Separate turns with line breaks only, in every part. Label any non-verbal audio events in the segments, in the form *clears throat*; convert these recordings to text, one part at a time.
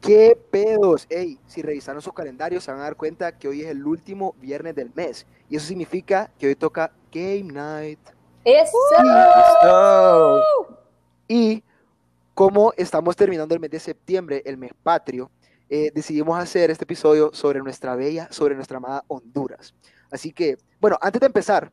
¿Qué pedos? Ey, si revisaron su calendario se van a dar cuenta que hoy es el último viernes del mes. Y eso significa que hoy toca Game Night.
¡Eso!
Uh, ¡Eso! Y como estamos terminando el mes de septiembre, el mes patrio, eh, decidimos hacer este episodio sobre nuestra bella, sobre nuestra amada Honduras. Así que, bueno, antes de empezar,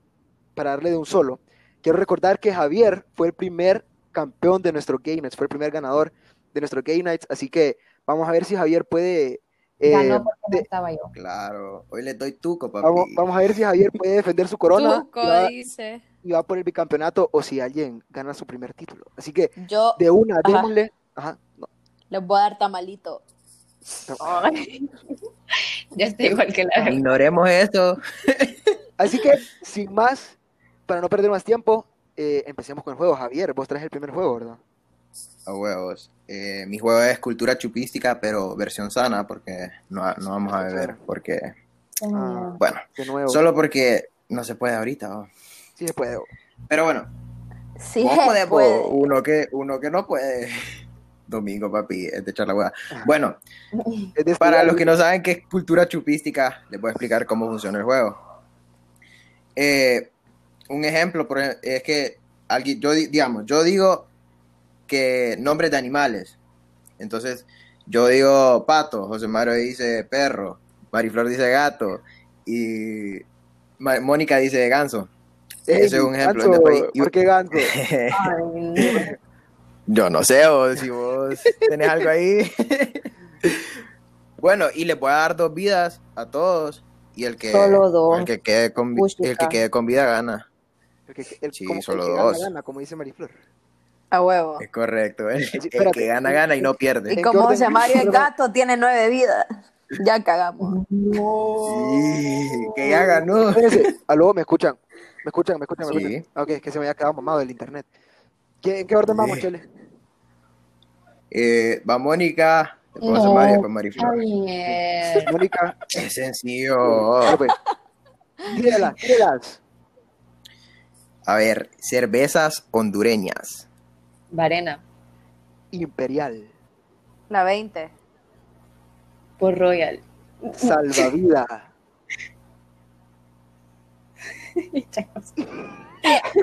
para darle de un solo, quiero recordar que Javier fue el primer campeón de nuestro Game Nights, fue el primer ganador de nuestro Game Nights, así que vamos a ver si Javier puede... eh,
Ganó porque no
de-
estaba yo.
Claro, hoy le doy tuco, papi.
vamos, vamos a ver si Javier puede defender su corona
Tuco,
y va,
dice.
y va por el bicampeonato o si alguien gana su primer título. Así que
Yo
de una,
Ajá.
démosle... Ajá, no,
les voy a dar tamalito.
no.
Ya está igual que
*laughs*
la
Ignoremos eso.
Así que, sin más, para no perder más tiempo, eh, empecemos con el juego. Javier, vos traes el primer juego, ¿verdad?
A huevos. Eh, mi juego es cultura chupística, pero versión sana, porque no, no vamos a beber, porque,
Ah,
bueno,
de nuevo.
solo porque no se puede ahorita. ¿no?
Sí se puede.
Pero bueno,
Sí,
vos
se
podés, vos.
puede.
uno que, uno que no puede. *laughs* Domingo, papi, es de echar la hueá. Bueno,
Es de
Para
estudiar
los que no saben qué es cultura chupística, les voy a explicar cómo funciona el juego. Eh, un ejemplo por ej- es que alguien, yo di- digamos, yo digo que nombres de animales. Entonces, yo digo pato, José Mario dice perro, Mariflor dice gato y Ma- Mónica dice ganso. *laughs*
Ey,
Ese es un ejemplo.
Ganso,
Después- y-
¿Por qué ganso?
Ay, no.
Yo no sé vos, si vos tenés algo ahí. *laughs* bueno, y le voy a dar dos vidas a todos. Y el que,
Solo dos.
El que quede con, vi-
Puchica.
el que quede con vida gana.
El que- el-
Sí,
como, el
solo
que gana,
dos.
gana, como dice Mariflor.
A huevo.
Es correcto. El, el
espérate.
que gana, gana y no
Y
pierde.
Eh, ¿en
como
qué
José
orden?
Mario es gato, tiene nueve vidas. Ya cagamos.
Sí, que ya ganó.
*laughs* Espérense, aló, me escuchan. Me escuchan, me escuchan, me
Sí.
escuchan. Ah, Ok, es que se me había quedado mamado el internet. ¿Qué- ¿En qué orden vamos,
Sí.
Chele?
Eh, va Mónica, después José
No.
María, después Mariflor.
Eh.
*laughs*
mierda.
Mónica.
Es sencillo.
López. Tírelas, tírelas.
A ver, cervezas hondureñas.
Varena,
*laughs* Imperial.
La 20.
por Royal.
Salvavida.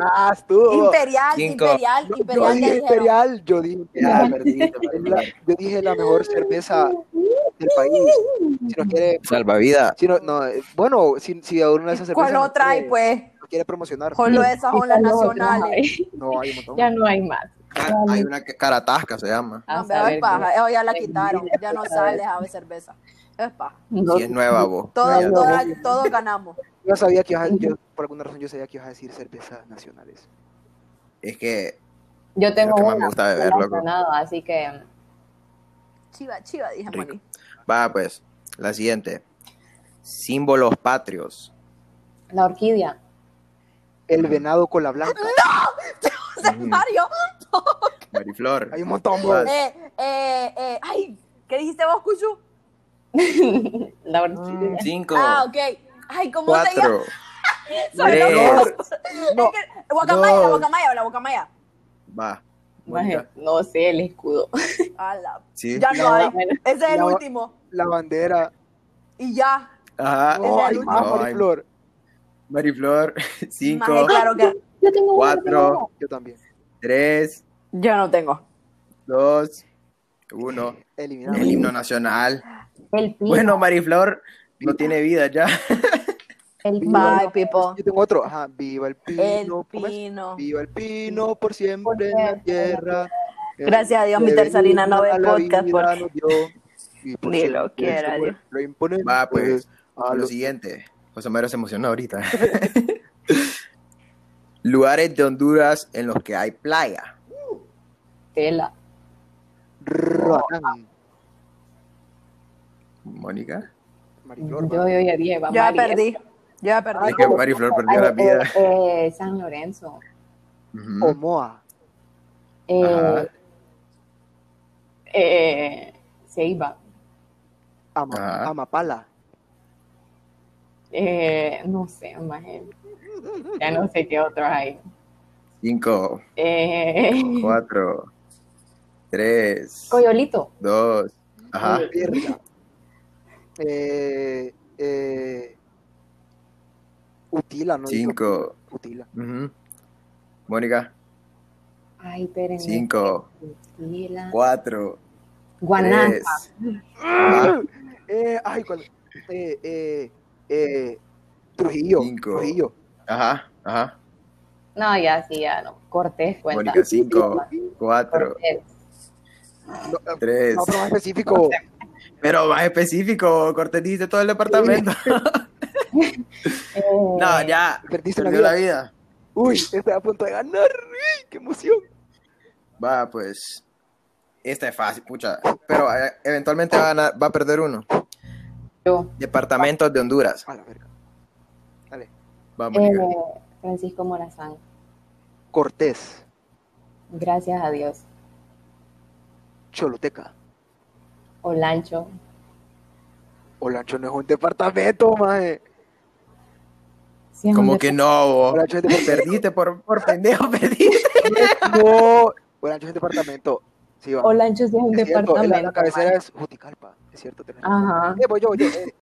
Ah, estuvo.
Imperial,
Cinco.
imperial,
No, yo
imperial.
dije
le dijeron.
imperial, yo
*laughs*
dije imperial, perdí, es la- yo dije la mejor cerveza del país. Si nos quiere,
Salvavidas.
si no, no, eh, bueno, si, si a uno de esas cervezas
¿Cuál
nos
otra hay,
quiere-
pues?
nos quiere promocionar,
Solo esas son las nacionales.
no hay un montón.
Ya no hay *laughs* más.
Ca- Hay una que Caratasca se llama.
No,
A
hombre,
saber,
es paja. Eso ya la
Ay,
quitaron.
mira,
Ya no
otra
sale
vez.
a ver cerveza. Es paja.
no.
Si es nueva, vos.
Todos,
No, no,
todas-
no.
todos ganamos.
Yo sabía que ibas a- yo, por alguna razón yo sabía que ibas a decir cervezas nacionales.
Es que
Yo
es lo
tengo
que más me
una
gusta beber, loco.
relacionada, así que mm,
Chiva, chiva, dije
Rico.
Moni.
Va, pues, la siguiente. Símbolos patrios.
la orquídea.
El venado con la blanca.
José
Ujú.
*laughs* Mario.
Mariflor.
Hay un montón, pues. bro.
Vas.
Eh, eh, eh. Ay, ¿qué dijiste vos, Cuchu?
La orquídea.
Cinco,
Ah, ok. Ay, ¿cómo te llamas?
cuatro,
Soy
tres.
loco.
No,
Es que- guacamaya, la
dos.
guacamaya, la guacamaya.
Va.
Maje,
Mónica.
No sé, el escudo.
A la-
Sí.
Ya no
La-
hay. Ese es el
la-
último.
la bandera.
Y ya.
Ajá.
No,
es
hay
el
más,
último.
Mariflor.
Mariflor. *laughs*
Maje,
Cinco,
claro que.
Yo tengo una, yo tengo
cuatro,
Yo también.
tres,
Yo no tengo.
dos, uno.
Eliminado.
El himno nacional.
una. El pino.
Bueno, Mariflor no tiene vida ya.
el pino.
Bye, people.
Yo tengo otro. Ajá. Viva el pino.
El
¿cómo es?
pino.
Viva el pino por siempre en la tierra.
Gracias a Dios, mi tercerina no ve podcast, porque- Ni lo quiera, Dios.
Lo imponente.
Va, pues,
a
lo
los-
siguiente. José Mario se emocionó ahorita. *laughs* Lugares de Honduras en los que hay playa.
Tela.
Roatán.
Mónica.
Mariflor,
Yo, yo ya dije, va
Yo ya
María.
perdí. Yo ya perdí.
Es que Mariflor perdió la vida.
Ay, eh, eh, San Lorenzo.
Ujú.
Omoa.
Eh,
Ajá.
eh, Ceiba.
Ama-
Ajá.
Amapala.
Eh, no sé, maje. Ya no sé qué otros hay.
Cinco,
Eh, *laughs*
cuatro, tres,
Coyolito.
dos, Ajá.
Verga. Eh, eh, utila, ¿no?
Cinco.
Utila.
Ujú. Mónica.
Ay, espérenme.
Cinco.
Tequila.
Cuatro.
Guanaja.
tres. Ajá.
Eh, ay, ¿cuál? Eh, eh, eh, Trujillo.
Cinco.
Trujillo.
Ajá. Ajá.
No, ya, sí, ya no. Cortés cuenta.
Mónica, cinco. Cuatro.
Cortés.
No, eh,
Tres.
no, pero más
*laughs*
específico.
Pero más específico, Cortés dice todo el departamento.
Eh,
No, ya.
Perdiste la
Perdió
vida.
la vida.
Uy, estoy a punto de ganar. Uy, ¡Qué emoción!
Va, pues. Esta es fácil, pucha. Pero eh, eventualmente va a, ganar- va a perder uno.
yo,
Departamentos de Honduras.
A la verga. Dale.
Va,
eh,
Mónica.
Francisco Morazán.
Cortés.
Gracias a Dios.
Choluteca.
Olancho.
Olancho no es un departamento, maje.
Sí, es
Como
un
que no, vos. *laughs*
Olancho es un
Perdiste por, por pendejo, *laughs* perdiste.
departamento.
*laughs*
No. Olancho es un departamento. Sí, va.
Olancho sí es un
Es cierto,
departamento. Ah.
la, la cabecera es Juticalpa. Es cierto. tenés razón.
Ajá.
Eh, voy yo, voy yo. Eh,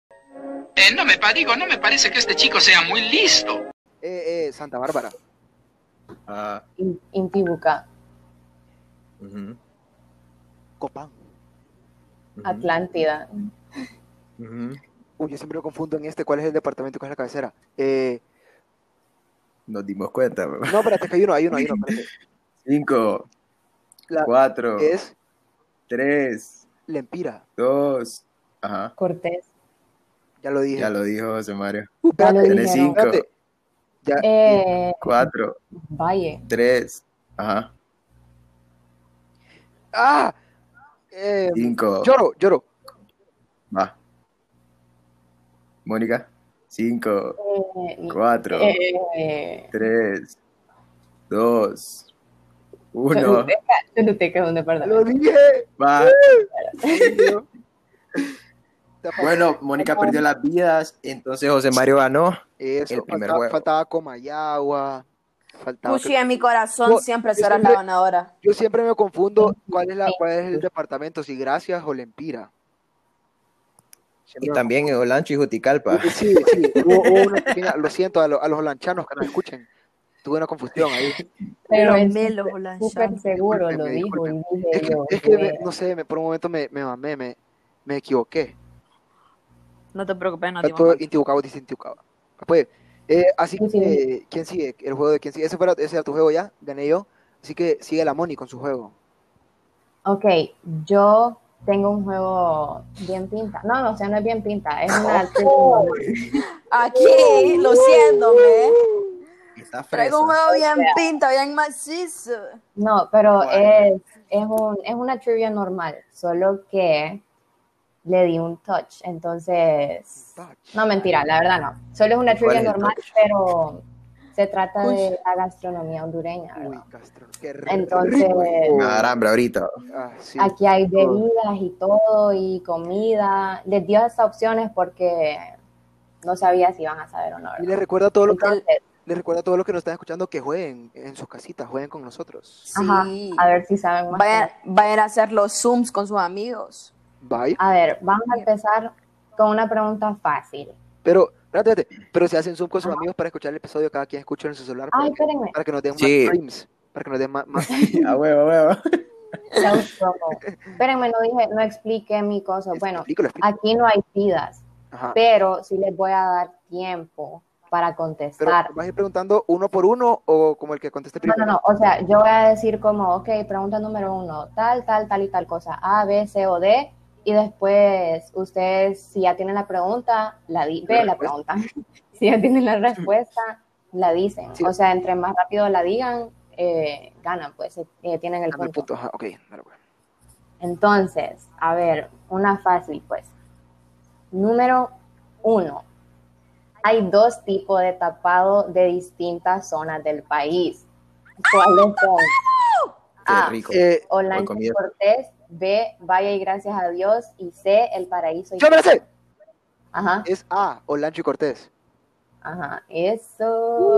Eh, no me pa- digo, no me parece que este chico sea muy listo.
eh, eh, Santa Bárbara.
Ah,
In- Intibucá.
ujú, ujú,
Copán.
Atlántida.
ujú.
Uy, yo siempre lo confundo en este. ¿Cuál es el departamento y cuál es la cabecera? Eh,
Nos dimos cuenta. bro.
no, espérate, que hay uno, hay uno, hay uno. espérate.
*laughs* Cinco,
La-
cuatro,
Es
tres,
Lempira.
dos. Ajá.
Cortés.
Ya lo dije.
Ya lo dijo José Mario.
Uh, espérate,
Ya lo
Tenés
dijeron.
cinco,
espérate. Ya.
Eh,
cuatro,
Valle.
tres. Ajá.
¡Ah! Eh,
Cinco.
lloro, lloro.
Va. Mónica. Cinco,
Eh,
cuatro,
eh,
tres, dos,
*laughs*
uno.
Choluteca, Choluteca es un
Lo
departamento.
dije.
Va.
*laughs* Ya pasó.
*laughs* Bueno, Mónica perdió las vidas, entonces José Mario ganó.
Eso,
el primer
faltaba,
juego.
faltaba Comayagua. Faltaba que-
Puchi, en mi corazón
No,
siempre
yo
serás
siempre-
la ganadora.
Yo siempre me confundo cuál es, la, cuál es el departamento, si Gracias o Lempira.
Y
Siempre me
también en Olancho y Juticalpa.
Sí, sí, hubo, hubo una pequeña- lo siento a, lo- a los holanchanos que nos escuchen, tuve una confusión ahí.
Pero es
Amé los
súper
holanchanos.
seguro, lo
Discúlpenme,
dijo. Y dije
Es que,
yo,
es que me-
eh,
no sé, me- por un momento me, me mamé, me, me equivoqué.
No te preocupes, no te
Tanto Intibucaba dice Intibucaba. Pues, eh, así
Sí, sí.
que, ¿quién sigue? El juego de quién sigue. Ese, fuera, ese era tu juego ya, gané yo. Así que sigue la Moni con su juego.
Ok, yo tengo un juego bien pinta. No, no, o sea, no es bien pinta, es una
Aquí, luciéndome.
Está fresa.
Traigo un juego bien
O sea.
pinta, bien macizo.
No, pero
Bueno.
es, es, un, es una trivia normal, solo que le di un touch, entonces... No, mentira, la verdad no. Solo es una
¿Cuál
trivia
es el
normal,
touch?
pero se trata
Uy.
de la gastronomía hondureña,
Uy,
¿verdad?
Castro, qué
Entonces,
rico.
Me dará hambre ahorita.
Ah, sí.
Aquí hay bebidas y todo, y comida. Les dio esas opciones porque no sabía si iban a saber o no,
Y
¿verdad?
les recuerdo a todos los que,
Entonces,
les recuerdo a todos los que nos están escuchando que jueguen en sus casitas, jueguen con nosotros.
Ajá,
Sí.
a ver si saben más.
Vayan, vayan a hacer los Zooms con sus amigos.
Bye.
A ver, vamos a empezar con una pregunta fácil.
Pero, espérate, espérate, pero se hacen Zoom con sus amigos para escuchar el episodio, cada quien escucha en su celular para,
Ay,
que, *laughs*
espérenme.
para que nos den
Sí.
más streams, para que nos den más... más-
*laughs* A huevo, a huevo.
self promo. Espérenme, no dije, no expliqué mi cosa. Bueno,
Explícalo, explícalo.
aquí no hay vidas,
Ajá.
pero sí les voy a dar tiempo para
Pero,
contestar.
¿vas a ir preguntando uno por uno o como el que conteste
No,
primero?
no, no. O sea, yo voy a decir como, ok, pregunta número uno, tal, tal, tal y tal cosa, A, B, C o D. Y después, ustedes, si ya tienen la pregunta, la di ve la pregunta. *laughs* Si ya tienen la respuesta, la dicen.
Sí.
O sea, entre más rápido la digan, eh, ganan, pues, eh, tienen el
Dame el
punto.
punto, ajá, ok. dale, pues.
Entonces, a ver, una fácil, pues. Número uno. Hay dos tipos de tapado de distintas zonas del país. ¿Cuáles son?
Qué
A.
rico.
Eh,
Olancho
comida.
Cortés. B. Vaya y gracias a Dios. Y C. El paraíso. y-
¡Yo me la sé!
Ajá,
Es A, Olancho y Cortés.
ajá. Eso. No, no,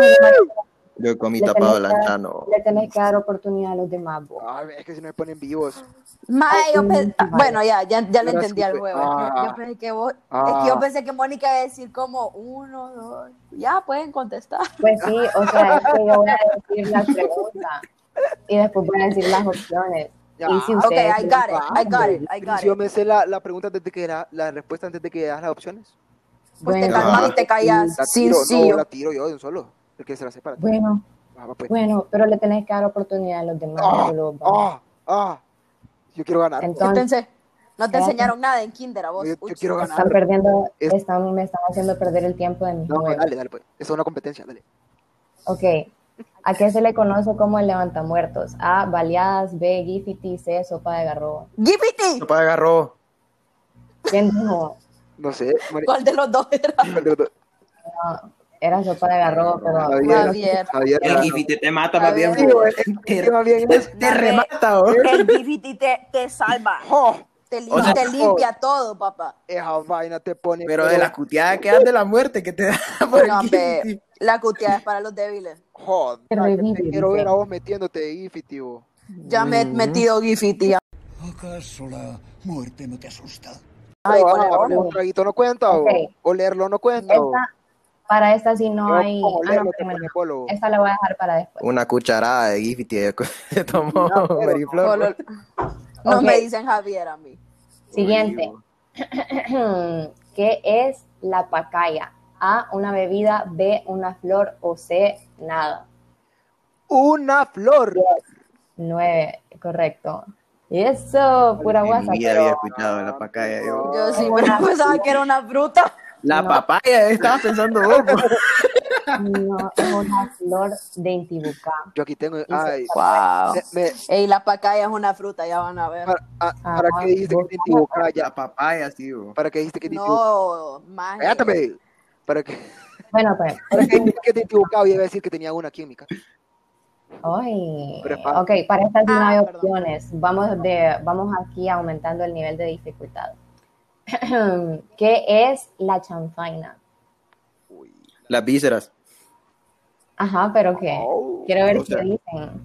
no, no,
Yo comí
Le
tapado
tenés que-
lanchano.
Le tenés que dar oportunidad a los demás, vos.
Ay, es que si no me ponen vivos.
Ah,
Mae, yo pe-
Ay,
Bueno, ya, ya, ya
Ahora
le entendí al
supe.
huevo. Yo- Yo,
Ah.
pensé que vos- es que
Ah.
yo pensé que Mónica iba a decir como uno, dos. Ya pueden contestar.
Pues sí, o sea, es que yo voy a decir las preguntas y después voy a decir las opciones.
Ya.
Y si
Ok,
ustedes
I got it, I got it, I
Pero
got
si yo
it.
me sé la, la pregunta antes de que era, la respuesta antes de que das las opciones.
Pues te
Bueno.
calmas y te callas.
La tiro, no,
Sencillo.
la tiro yo de un solo. El que se la separa.
Bueno,
Ah, va, pues.
bueno, pero le tenés que dar oportunidad a los demás.
Ah,
no solo vos.
ah, ah. Yo quiero ganar.
Entonces,
Yo pensé, no te
Cállate.
enseñaron nada en kinder a vos.
yo, yo
Uch.
quiero ganar.
están perdiendo,
Es-
están, me están haciendo perder el tiempo de mis
No,
juegos.
dale, dale, pues. Esa es una competencia, dale.
Ok. ¿A qué se le conoce como el levantamuertos? A. Baleadas. B. Giffity. C. Sopa de garrobo.
¡Gipiti!
Sopa de garrobo.
¿Quién dijo?
No sé. Mari-
¿Cuál de los dos era?
No, era sopa de garrobo, pero.
Javier.
Javier.
Javier.
El
Ramos.
gifite te mata más bien.
Sí,
eh, *laughs*
güey, el que va bien es-
Te remata, oh. ¿o?
*laughs* El Gipiti te, te salva.
¡Oh!
Te, lim-
O sea-
te limpia todo,
*laughs*
papá.
Esa vaina te pone.
Pero de la cuteada que das de la muerte que te da por
No,
el
hombre,
guilty.
la cutia es para los débiles.
Joder,
Pero
que
vive,
te quiero
dice.
ver a vos metiéndote de Gifty, vos.
Ya me he metido Gifiti.
¿Acaso la muerte no te asusta?
Ay,
Pero,
con
ah,
el
pero
ojo.
un traguito no cuenta, o-
Ok.
o leerlo no cuenta. o-
Esta, para esta sí no
Yo
hay.
como
ah,
leerlo
no,
te
espérame,
pone
no.
polo, vos.
Esta la voy a dejar para después.
*laughs* Una cucharada de Gifty *laughs* se tomó
No, pero
Mariflor.
Solo-
pues.
No
Ok.
me dicen Javier a mí.
Siguiente. *clears throat* ¿Qué es la pacaya? A. Una bebida. B. Una flor. O C. Nada.
Una flor.
Nueve. Correcto. Y eso, pura
En
guasa.
mi vida
pero-
había escuchado la pacaya. Yo.
Yo sí,
Una-
pero pensaba que era una fruta.
La
No.
papaya, eh, estaba pensando vos. pues. po.
No, es una flor de Intibucá.
Yo aquí tengo. Ay,
Wow.
me- me-
Ey, la pacaya es una fruta, ya van a ver.
para, a-
Ah,
¿para qué dijiste que te equivocaba
*laughs* La
ya?
papaya, sí, bo.
¿Para qué dijiste que te equivocaba?
No, más.
Cállate. ¿Para qué,
Bueno, pues.
¿Para qué dijiste que te equivocaba? Y iba a decir que tenía una aquí en mi casa.
Ay.
Prepara.
Ok, para estas sí no
Ah,
hay
perdón.
opciones. Vamos, de, vamos aquí aumentando el nivel de dificultad. *clears throat* ¿Qué es la chanfaina?
Las vísceras.
Ajá, pero ¿qué?
Oh,
Quiero ver
o
qué
sea,
dicen.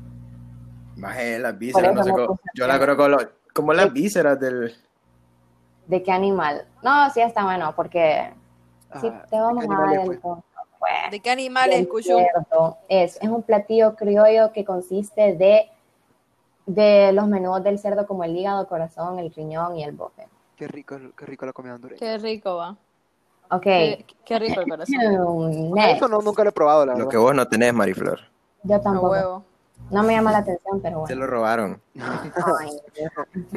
Maje, las vísceras,
Por
no
eso
sé
no
cómo.
puse
Yo la creo como, como las vísceras del.
¿De qué animal? No, sí está bueno, porque sí
Ah,
te vamos
¿qué
a dar
animales,
el
pues?
punto.
¿De qué animales,
Del
Cuchu?
cerdo. Es, es un platillo criollo que consiste de, de los menudos del cerdo como el hígado, corazón, el riñón y el bofe.
Qué rico, qué rico la comida hondureña.
Qué rico, va.
Ok.
Qué, qué rico el corazón.
Hmm, next.
Eso no, nunca lo he probado, la
Lo
verdad.
que vos no tenés, Mariflor.
Yo
A
tampoco.
huevo.
No me llama la atención, pero
Se
bueno.
lo robaron.
*laughs*
Ay,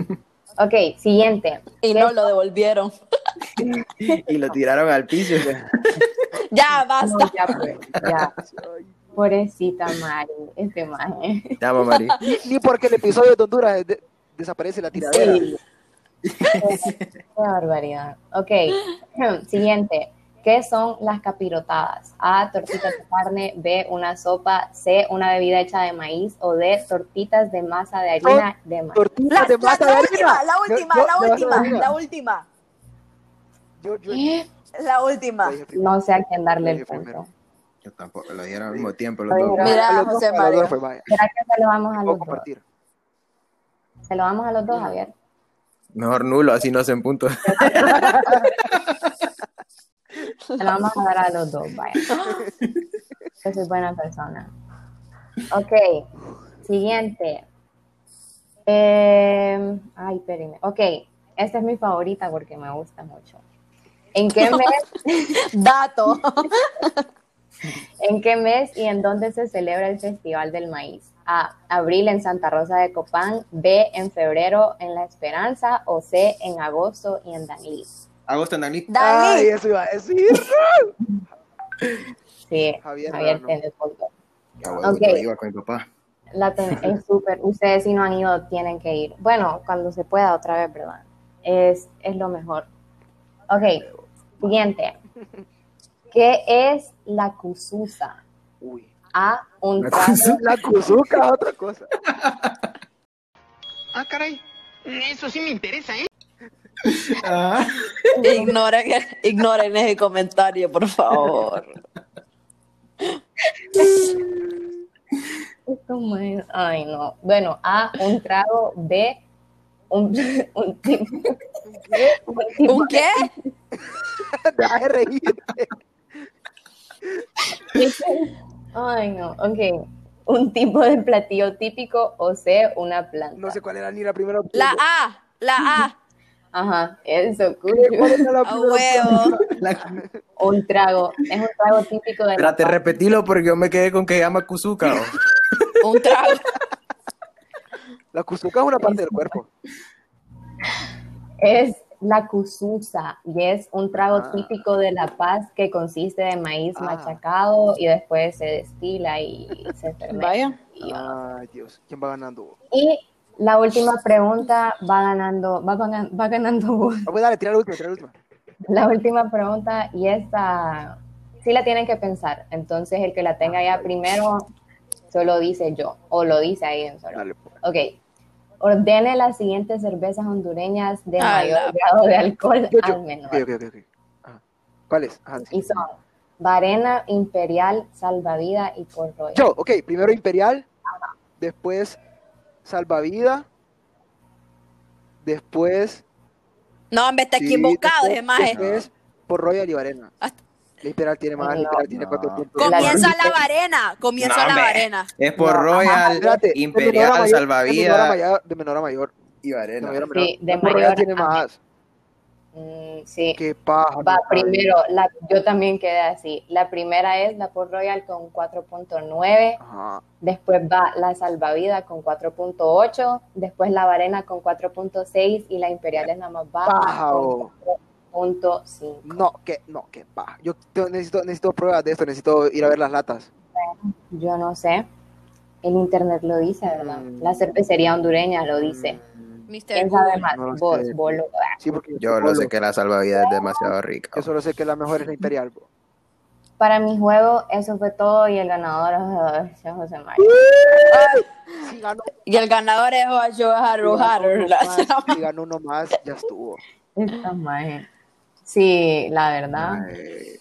no. ok, siguiente.
Y no lo devolvieron.
Y lo tiraron al piso.
*laughs*
Ya,
No,
basta.
ya, pues, ya. Pobrecita Mari, este maje.
Te amo, Mari.
Ni porque el episodio de Honduras es de- desaparece la tiradera.
Qué barbaridad. Ok, siguiente. ¿Qué son las capirotadas? A, tortitas de carne, B, una sopa, C, una bebida hecha de maíz o D, tortitas de masa de harina de maíz.
Tortitas
La,
de
la-
masa
la
de
última,
harina.
la
No,
última,
no,
la
no,
última,
no, no.
la última,
Yo, yo,
la última.
yo dije primero.
No sé a quién darle
Yo
el
primero.
punto.
Yo tampoco, lo dieron al mismo tiempo los dos.
Mira,
A los dos,
José
a los
Mario.
dos fue, vaya.
¿Será que se lo vamos a
Puedo
los dos?
compartir.
¿Se lo vamos a los dos, Javier?
Mejor nulo, así no hacen puntos.
*laughs* Se lo vamos a dar a los dos, vaya. Yo soy buena persona. Ok, siguiente. Eh, ay, espérenme. Ok, esta es mi favorita porque me gusta mucho. ¿En qué, mes,
Dato.
¿En qué mes y en dónde se celebra el Festival del Maíz? A. Abril en Santa Rosa de Copán. B. En febrero en La Esperanza. O C. En agosto y en Danlí.
Agosto en Dalí.
Ay,
Dalí.
eso iba a decir.
Sí,
Javier
Javier,
Rano.
tiene el punto.
Ah, huevo,
Ok.
yo iba con mi papá.
*laughs*
La ten- es súper. Ustedes si no han ido tienen que ir. Bueno, cuando se pueda otra vez, ¿verdad? Es, es lo mejor. Ok, siguiente. ¿Qué es la cususa?
Uy.
A, un
La
trago-
La cuzuca es otra cosa.
Ah, caray. Eso sí me interesa, ¿eh?
Ignoren, ignoren ese comentario, por favor.
*laughs* Es como, ay no. Bueno, A, un trago, B, un, *laughs* un tipo. Un, tipo
¿Un qué?
Deja de reírte.
Ay no, ok. Un tipo de platillo típico o C, una planta.
No sé cuál era ni la primera opción.
La A, la A.
Ajá, eso, cuyo.
¿Cuál era la
A
primera
huevo.
La-
Un trago. Es un trago típico de la
Trate de repetirlo porque yo me quedé con que llama
*laughs*
Kuzuka. o.
Un trago.
La cuzuca es una parte del cuerpo.
Es la cuzuza y es un trago
Ah.
típico de La Paz que consiste de maíz
Ah.
machacado y después se destila y se fermenta.
Vaya.
Y,
Ay, Dios. ¿Quién va ganando?
y la última pregunta va ganando, va, gan- va ganando vos.
Ah, pues dale, tira la última, tira la última.
La última pregunta y esta sí la tienen que pensar. Entonces el que la tenga ya primero solo dice yo o lo dice ahí en solo.
Dale, pues.
Ok. Ordene las siguientes cervezas hondureñas de
A la-
mayor grado de alcohol
Yo- yo-
al menor.
Ok, ok, ok. ok. Ajá. ¿Cuál es? Ajá, sí.
Y son Varena, Imperial, Salvavida y Port Royal.
Yo, ok. Primero Imperial, después Salvavida, después...
No, hombre, está
sí,
equivocado eh.
después-
ese maje.
Después por Royal y Varena.
Hasta-
La Imperial tiene más, la
No,
Imperial tiene
no.
cuatro puntos.
Comienza
La-
la varena, comienza
No,
la
hombre.
varena.
Es por
No,
Ah,
Royal,
espérate, de menor a
Imperial,
mayor- De menor a
Salvavida
mayor. De menor a mayor.
y
De
Varena.
mayor a menor.
Sí, de
La Royal
mayor
tiene
a-
más.
Mm, sí,
Qué paja.
va
no sabía.
primero. La, yo también quedé así. La primera es la Port Royal con 4.9,
Ajá.
después va la Salvavida con 4.8, después la Varena con 4.6 y la Imperial es la más baja
Paja,
con
oh.
4.5.
No, que, no, que paja. Yo te- necesito, necesito pruebas de esto, necesito ir a ver las latas.
Yo no sé. El internet lo dice, ¿verdad?
Mm.
La cervecería hondureña lo dice.
Mm,
Mr.
¿Quién sabe más?
No lo
Vos,
sé.
vos lo-
Sí, porque
Yo lo sé
que...
que la salvavidas es demasiado rica.
Yo solo sé que la mejor es la Imperial.
*laughs*
bo.
Para mi juego, eso fue todo y el ganador es José Mario.
*laughs* Si ganó,
Y el ganador es Joe Haru *laughs* Haru.
uno más, si ganó uno más, ya estuvo.
Esta maje. Sí, la verdad.
Ay,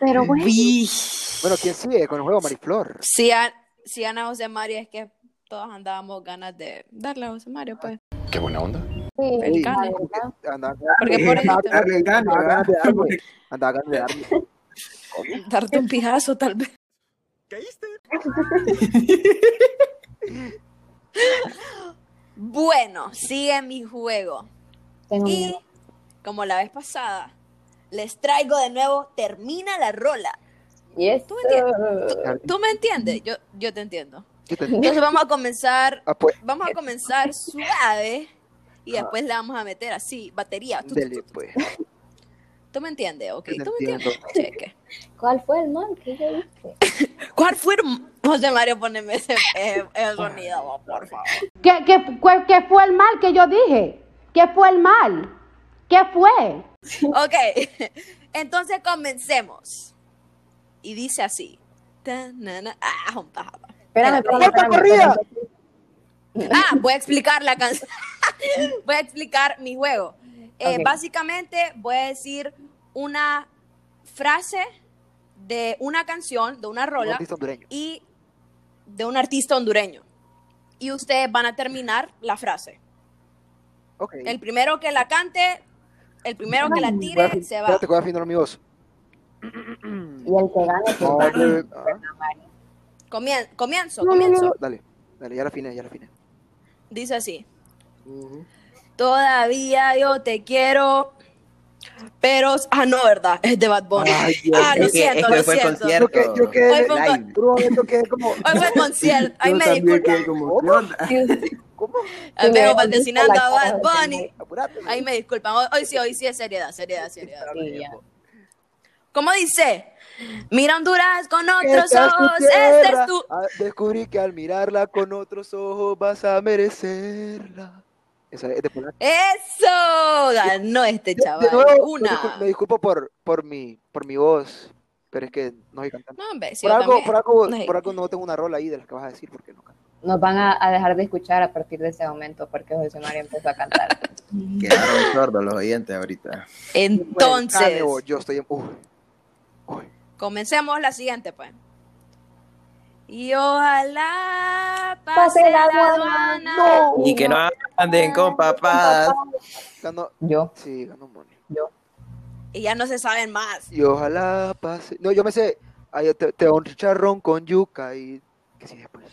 Pero bueno,
Bueno, ¿quién sigue con el juego, Mariflor?
Si, a- si Ana José María es que todos andábamos ganas de darle a José Mario, pues.
Qué buena onda.
sí,
Ey,
la
Gane.
verdad.
Andaba
Porque por
andaba-
esto-
andaba- andaba ganas de darme. Andaba ganas de darme.
Darte un pijazo, tal vez. ¿Caíste? *laughs* bueno, sigue mi juego.
Tengo
Y
miedo.
como la vez pasada, les traigo de nuevo Termina la rola.
Y
¿Tú
esto.
me entiendes? ¿Tú me entiendes? Yo, yo te entiendo.
Yo te-
Entonces vamos a comenzar,
Ah, pues,
vamos a comenzar suave y
Ajá.
después la vamos a meter así, batería. Tú, tú,
dele,
tú, tú.
pues.
¿Tú me entiendes? Ok,
Yo te
tú me
entiendo.
entiendes. Cheque.
¿Cuál fue el man que yo hice?
*laughs* ¿Cuál fue? el- José Mario, poneme ese eh, el sonido, vos, *laughs* por favor.
¿Qué, qué, cuál- qué fue el mal que yo dije? ¿Qué fue el mal? ¿Qué fue?
Ok, *laughs* entonces comencemos. Y dice así. Tan, na, na, ah, un pájaro.
Espérame, espérame, espérame,
corrida!
espérame.
Ah, voy a explicar la canción. *laughs* voy a explicar mi juego. Eh,
Ok.
Básicamente voy a decir una frase de una canción, de una
Un
rola
artista hondureño.
y de un artista hondureño. Y ustedes van a terminar la frase.
Ok.
El primero que la cante, el primero que la
Voy a
tire,
fin-
se va.
Espérate, voy a afinar mi voz.
Y el que gane, que
No,
gane.
dale, ah,
Comien- comienzo, comienzo.
Dale, dale, ya la afiné, ya la afiné.
Dice así.
Ujú.
Todavía yo te quiero, pero... Ah, no, ¿verdad? Es de Bad Bunny.
Ay, Dios,
ah, lo
es que-
siento,
es que
lo
fue el
siento.
concierto.
Yo, que, yo quedé,
Hoy fue un-
por un momento quedé como,
Hoy fue el concierto. Ahí me disculpan.
¿cómo?
Ahí
Sí, me
Vengo
han visto
vaticinando
la
a
cara
Bad
de
Bunny.
Apurate.
Ahí me disculpan. Hoy, hoy sí, hoy sí es seriedad, seriedad, seriedad.
Sí, ya.
¿Cómo dice? Mira Honduras con otros
Esta es tu
ojos. Este
tierra.
es tu...
Ah, Descubrí que al mirarla con otros ojos vas a merecerla. Esa es de Polanco.
¡Eso! Ganó este
De- de
chaval.
nuevo, Me,
Una.
discul- me disculpo por, por, mi, por mi voz, pero es que no soy cantante.
No, hombre, sí,
Por
yo
algo,
también.
por, algo,
Ay.
por algo no tengo una rola ahí de las que vas a decir porque no canto.
Nos van a, a dejar de escuchar a partir de ese momento porque José Mario empezó a cantar.
Quedaron sordos los oyentes ahorita.
Bueno,
Entonces...
dale, vos, yo estoy en. Uy, uy,
Comencemos la siguiente, pues. Y ojalá
Pase
pase
la
la
aduana.
aduana.
Y que no anden con papadas.
Ganó-
Yo,
sí, ganó Moni.
yo.
Y ya no se saben más.
Y ojalá pase. No, yo me sé. Ay, te, te da un chicharrón con yuca y. ¿Qué sigue
*laughs*
pues?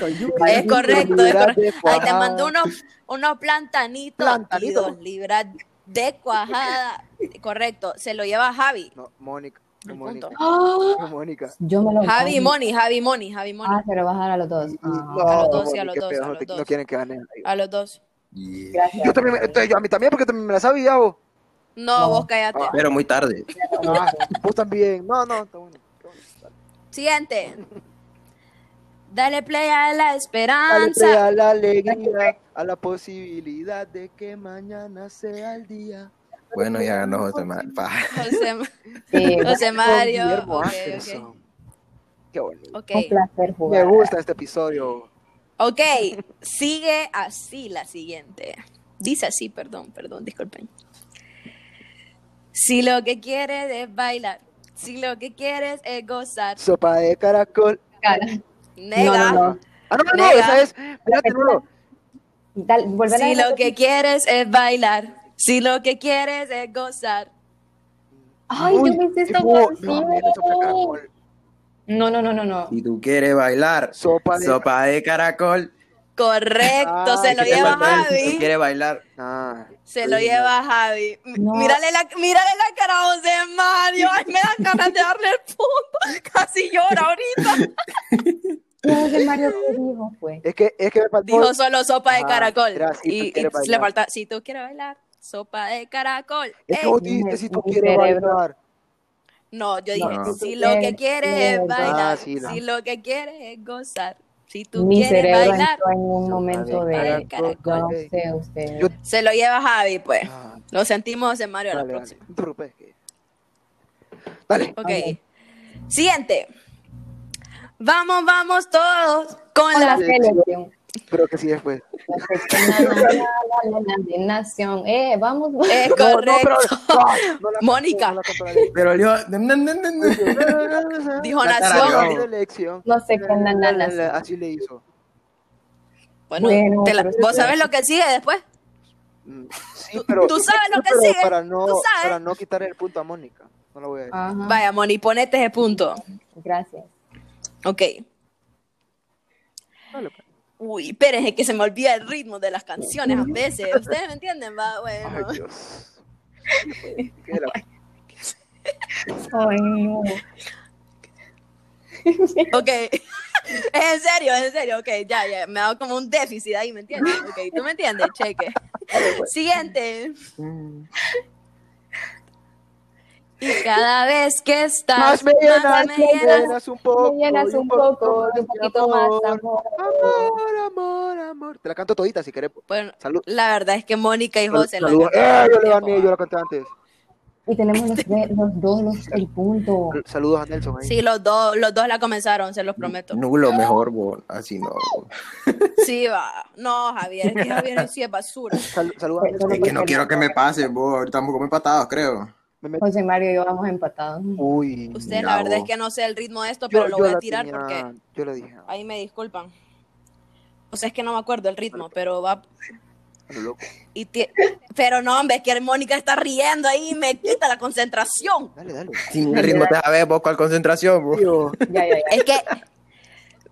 con yuca.
Es
y
correcto,
libras
es correcto.
de
Ahí te
cuajada.
mandó unos, unos plantanitos y
Plantanito.
dos libras de
*laughs*
cuajada. Correcto, se lo lleva Javi.
No, Mónica. no,
El
Mónica.
punto.
no, Mónica.
Yo me lo
Javi y Moni, Javi y Moni, Javi y Moni.
Ah, se lo vas a dar a los dos.
No,
Ah,
los dos, sí, a
Moni,
los
qué
dos,
pedo,
a
no
los
te-
dos. Ah,
No quieren que ganen.
A los dos.
gracias.
Yo también, me- entonces, yo a mí también, porque también me la sabía, vos.
No,
No.
vos cállate.
Ah.
Pero muy tarde.
Ah,
*laughs* Vos también. No, no, está bueno. está bueno.
Siguiente. Dale play a la
Dale
esperanza.
play a la alegría, a la posibilidad de que mañana sea el día.
Bueno, ya ganó José Manuel. Pa.
*laughs* José, Ma-
Sí,
José Mario.
Con Guillermo
Ok,
Anderson. Qué bonito.
ok.
un placer
Me
jugar.
gusta este episodio.
Ok, sigue así la siguiente. Dice así, perdón, perdón, disculpen. Si lo que quieres es bailar, si lo que quieres es gozar,
Sopa de caracol.
Cara.
nega.
No, no,
Ah, no, no, no,
Nega.
esa es. Espérate, no.
Dale, volver a
Si lo
decir-
que quieres es bailar, si lo que quieres es gozar.
Ay,
Uy,
yo me hice
es
esta
como-
canción.
no, no, sopa de caracol.
No, no, no, no, no.
Si *laughs* tú quieres bailar,
Sopa de
sopa de caracol.
Correcto,
Ah,
se lo
que te
lleva
faltó
Manuel, Si tú
Javi.
quieres bailar,
Ah,
Se lo lleva Javi. M-
No.
Mírale, la, mírale la cara a José Mario. Ay, me dan ganas de darle el punto. *laughs* Casi llora ahorita.
¿Qué es el Mario que dijo, fue?
Es que, es que me faltó.
Dijo solo sopa de
Ajá,
caracol.
era ah, si tú
y y
quieres
le
bailar.
falta, si tú quieres bailar, sopa de caracol.
es que
Ey,
vos dijiste si tú
mi
quieres
cerebro.
bailar.
no, yo dije,
No.
si lo que quieres es
Ah,
bailar,
sí, no.
si lo que quieres es gozar, si tú
Mi
quieres
cerebro
bailar,
entró en un momento
Sopa
de.
de
caracol.
Yo no
Ok.
sé, ustedes.
Yo-
se lo lleva Javi, pues.
Ah,
Lo sentimos, José Mario, a la
dale, dale.
próxima.
No te preocupes, que- Dale.
Ok.
Ok.
Siguiente. Vamos, vamos todos con
la
la
selección.
Pero que sí pues. después.
La selección nacional de nación. Eh, vamos.
No,
Es
no, pero-
correcto.
no, no la-
Mónica.
no la compraré.
pero el hijo- na, na, na, na.
*laughs* Dijo
La
Nación.
tarareó.
Elección.
No sé qué na- na- na-
La- Así le hizo.
Bueno,
Bueno,
te la-
pero-
vos sabés lo que sigue después.
Mm, Sí, pero.
tú sabes lo que
pero
sigue,
Para no,
tú sabes. Ah.
para no quitarle el punto a Mónica. No lo voy a decir.
Ajá,
Vaya, Moni, ponete ese punto.
Gracias.
Ok.
Dale, pues.
Uy, espérense que se me olvida el ritmo de las canciones a veces. ¿Ustedes me entienden? Va,
Ay,
bueno.
Dios. Qué de la-
Ay, no.
Ok. *laughs* en serio, en serio. Ok, ya, ya. Me ha dado como un déficit ahí, ¿me entiendes? Ok, ¿tú me entiendes? Cheque.
pues.
Siguiente. Y cada vez que estás,
Más me llenas, me llenas un poco.
Me llenas
y
un poco, y
de
un poquito más amor.
Amor, amor, amor. Te la canto todita si querés.
Bueno,
Salud.
la verdad es que Mónica y José la
Saludos.
cantaron
Eh, yo le
al mismo
gané,
tiempo,
yo la canté antes.
Y tenemos los, tres- los dos los- el punto.
Saludos a Nelson ahí.
Sí, los dos, los dos la comenzaron, se los prometo.
Nulo mejor, bo. así no. bo.
Sí, va. No, Javier, es que Javier sí es basura.
Sal- saludos a Nelson.
Es que no quiero que me pase, bo. ahorita estamos como empatados, creo.
Me metí-
José Mario y yo vamos empatados.
Uy.
Usted,
Bravo.
la verdad es que no sé el ritmo de esto,
Yo-
pero lo
yo
voy a
la
tirar
tenía-
porque
Yo le dije. ah,
ahí me disculpan. O sea, es que no me acuerdo el ritmo, pero va.
a lo loco.
Y ti- Pero no, hombre, es que Mónica está riendo ahí, me quita la concentración.
Dale, dale.
Sin el ritmo te sabes, vos, cuál concentración, bo.
Tío,
Ya,
*laughs*
ya, ya.
Es que.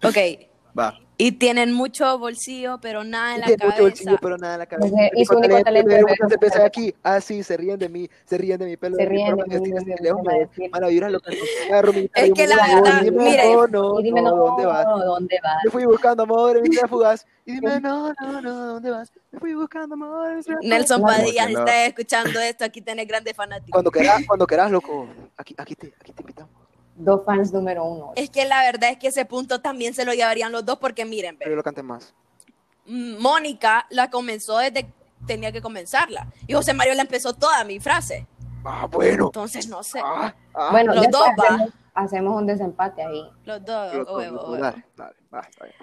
Ok.
Va.
Y tienen mucho bolsillo, pero nada en la
tiene mucho
cabeza.
bolsillo, pero nada en la cabeza.
Ese- y su único talento
beber
es
mucha
beber
cerveza
cerveza.
aquí. Ah, sí, se ríen de mí, se ríen de mi pelo.
Se
de mi
ríen
forma
de
que
mí,
tienes
de mi
que lejos,
forma de
me-
decir.
Mala vibra, lo
*laughs*
que agarro mi guitarra
Es
y me
que la
voy a-
verdad,
y dime,
mire,
no,
Y dime,
no, no,
no,
¿dónde vas?
¿dónde vas?
Me fui buscando amor en mis fugaz. Y dime, no, no, no, ¿dónde vas? Me fui buscando amor en mis tráfugas.
Nelson
Claro.
Padilla, si
Emocionado.
estás escuchando esto, aquí tenés grandes fanáticos.
Cuando
*laughs*
querás, cuando querás, loco. Aquí, aquí, te, aquí te invitamos.
Dos fans número uno.
Es que la verdad es que ese punto también se lo llevarían los dos, porque miren, ve,
Pero yo lo canté más.
mm, Mónica la comenzó desde que tenía que comenzarla. Y José Mario la empezó toda mi frase.
Ah, bueno.
Entonces, no sé.
Ah, ah,
Bueno,
Los
ya
dos,
está,
va.
hacemos, hacemos un desempate ahí.
Los dos,
loco,
huevo,
loco,
huevo.
pues, dale, dale, va, está bien.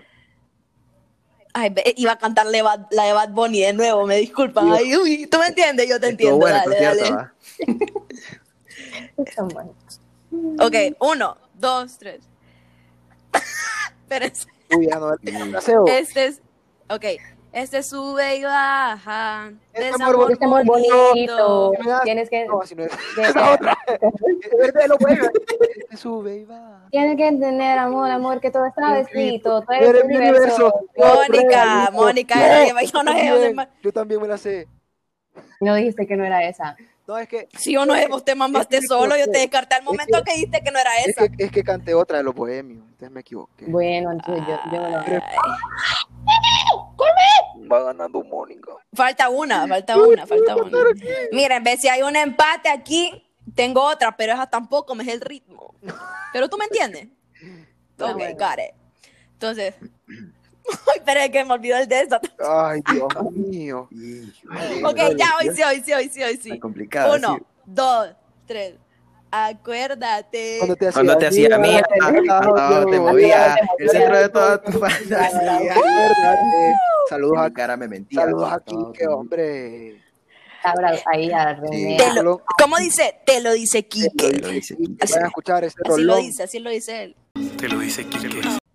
Ay, ve, iba a cantar la de Bad- la de Bad Bunny de nuevo, me disculpan. Ay, uy, tú me entiendes, yo te
Estuvo
entiendo.
bueno el
dale,
concierto,
dale.
va.
Están buenos.
Ok, uno, dos, tres. *laughs* Espérense.
Uy, ya no,
Mm.
el paseo.
Este es. Ok. Este sube y baja.
Este
de
amor
sabor
bonito,
Este amor bonito.
Me das-
Tienes que,
No, así no es.
que-
Esa otra. Es verde, lo bueno. *laughs* Este sube y va.
tienes que entender, amor, amor, que todo es travestito. Tú eres
Eres
el
mi
universo.
universo. Yo,
Mónica,
regalito.
Mónica,
No,
era que- yo no sé dónde
también,
más-
Yo también me la sé.
No dijiste que no era esa.
No, es que,
Si yo no sé, vos te mamaste
que-
solo, yo te descarté al
que-
momento que dijiste que no era
es
esa.
que, es que canté otra de los bohemios. Entonces me equivoqué.
Bueno, entonces yo, yo me lo
Ay,
Va ganando Mónica.
Falta una, falta una, falta una. Miren, ve si hay un empate aquí, tengo otra, pero esa tampoco me es el ritmo. Pero tú me entiendes.
Ah,
Ok,
bueno.
got it. Entonces, *laughs* ay, pero es que me olvidó el de esta.
Ay, Dios mío.
Ok, ya, hoy sí, hoy sí, hoy sí, hoy sí.
Está complicado.
Uno,
sí.
dos, tres. Acuérdate.
Cuando te hacía
Cuando te hacía mía, ah, te movía el centro de toda tu fantasía.
Acuérdate.
Tu
Saludos a,
cara me mentía.
saludos a
Todo
Quique, oh. hombre.
Abra ahí a René.
Te
Rolón,
lo- ¿Cómo dice? Te lo dice Quique.
Te lo dice
Quique,
Quique.
Vayan a escuchar ese
Así lo
rolón.
dice, así lo dice él.
Y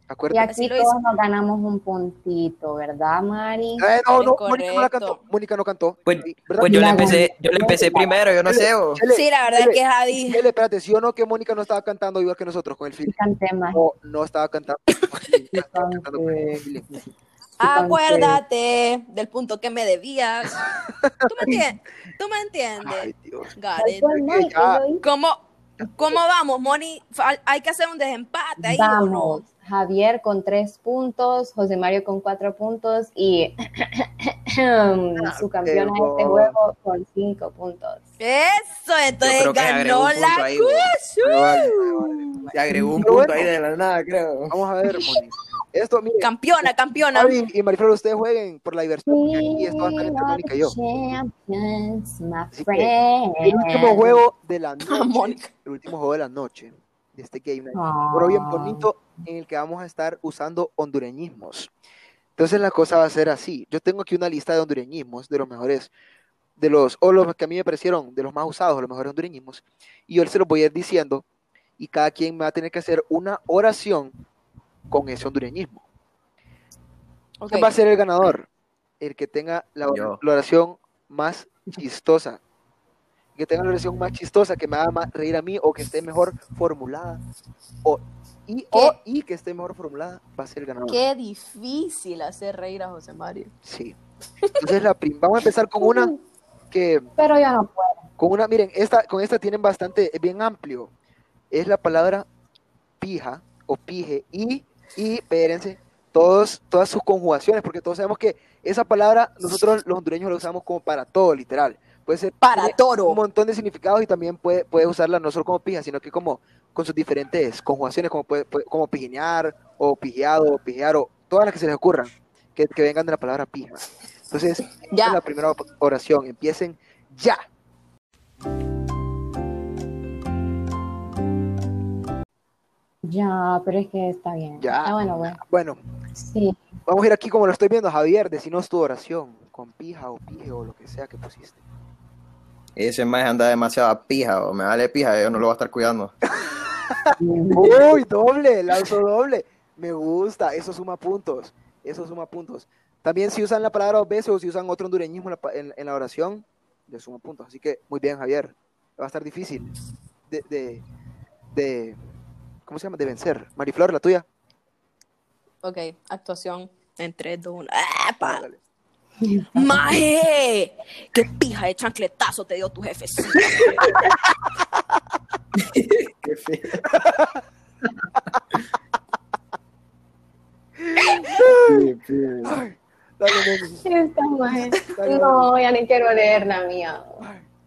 Acuérdate.
aquí
lo hice.
todos nos ganamos un puntito, ¿verdad, Mari?
Eh, no, no,
Es
Mónica no la
correcto.
cantó. Mónica no cantó.
Pues-
Sí, ¿verdad?
Pues yo la
Mira,
empecé, yo la empecé primero, yo no sé. o-
Chele,
Sí, la verdad es
Chele,
que Javi.
Chele, espérate, ¿sí o no que Mónica no estaba cantando igual que nosotros con el feeling?
Canté más.
No, no estaba cantando. No estaba cantando con el feeling.
Acuérdate del punto que me debías. ¿Tú me entiendes? ¿Tú me entiendes?
Ay, Dios.
Got
¿Cuál
it.
fue el mal que
Ya.
yo hice?
¿Cómo, cómo vamos, Moni? Fal- Hay que hacer un desempate ahí. ¿o no?
Vamos, Javier con tres puntos, José Mario con cuatro puntos y *clears throat*
Ah,
su campeona de este
boba.
juego con cinco puntos.
Eso, entonces
creo que
ganó
agregó un punto
la
ahí, güey.
Pero
Cuchu.
vale, vale, vale.
Se agregó un
Pero bueno.
punto ahí de la nada, creo.
Vamos a ver, Mónica. Esto, mire,
Campeona, campeona.
Javi y Mariflor, ustedes jueguen por la diversión. porque aquí esto va a estar entre Mónica y yo.
Champions, my
Así que,
friend.
El último juego de la noche.
Mónica.
El último juego de la noche de este Game Night.
Ah.
Pero bien bonito en el que vamos a estar usando hondureñismos. Entonces la cosa va a ser así. Yo tengo aquí una lista de hondureñismos, de los mejores, de los, o los que a mí me parecieron, de los más usados, los mejores hondureñismos. Y yo se los voy a ir diciendo y cada quien va a tener que hacer una oración con ese hondureñismo.
Ok.
¿Quién va a ser el ganador? El que tenga la, or-
Yo.
la oración más chistosa. El Que tenga la oración más chistosa, que me haga más reír a mí o que esté mejor formulada. O, y, o, y que esté mejor formulada va a ser el ganador.
Qué difícil hacer reír a José Mario.
Sí. Entonces la prim- vamos a empezar con
*laughs*
una que
Pero yo no puedo.
con una, miren, esta con esta tienen bastante es bien amplio. Es la palabra pija o pije y y espérense, todos todas sus conjugaciones porque todos sabemos que esa palabra nosotros los hondureños la usamos como para todo, literal. Puede ser
Para
tiene un
toro.
montón de significados y también puede, puedes usarla no solo como pija, sino que como con sus diferentes conjugaciones, como, puede- puede- como pijinear, o pijeado, o pijear, o todas las que se les ocurran, que, que vengan de la palabra pija. Entonces, esta
Ya.
es la primera op- oración, empiecen ya.
Ya, pero es que está bien.
Ya.
Ah, bueno, bueno.
Bueno,
Sí.
vamos a ir aquí como lo estoy viendo, Javier, decinos tu oración, con pija o pije o lo que sea que pusiste.
Ese más anda demasiado pija, o me vale pija, yo no lo voy a estar cuidando.
Uy, doble, lanzo doble. Me gusta, eso suma puntos. Eso suma puntos. También si usan la palabra dos veces o si usan otro hondureñismo en la, pa- en, en la oración, le suma puntos. Así que muy bien, Javier. Va a estar difícil de, de, de- ¿cómo se llama? De vencer. Mariflor, la tuya.
Ok, actuación en 3, 2, 1. ¡Epa!
Dale.
¡Maje! ¡Qué pija de chancletazo te dio tu jefe!
Qué feo.
Dale, nene,
Está mal.
dale,
No, ya ni quiero leer la mía.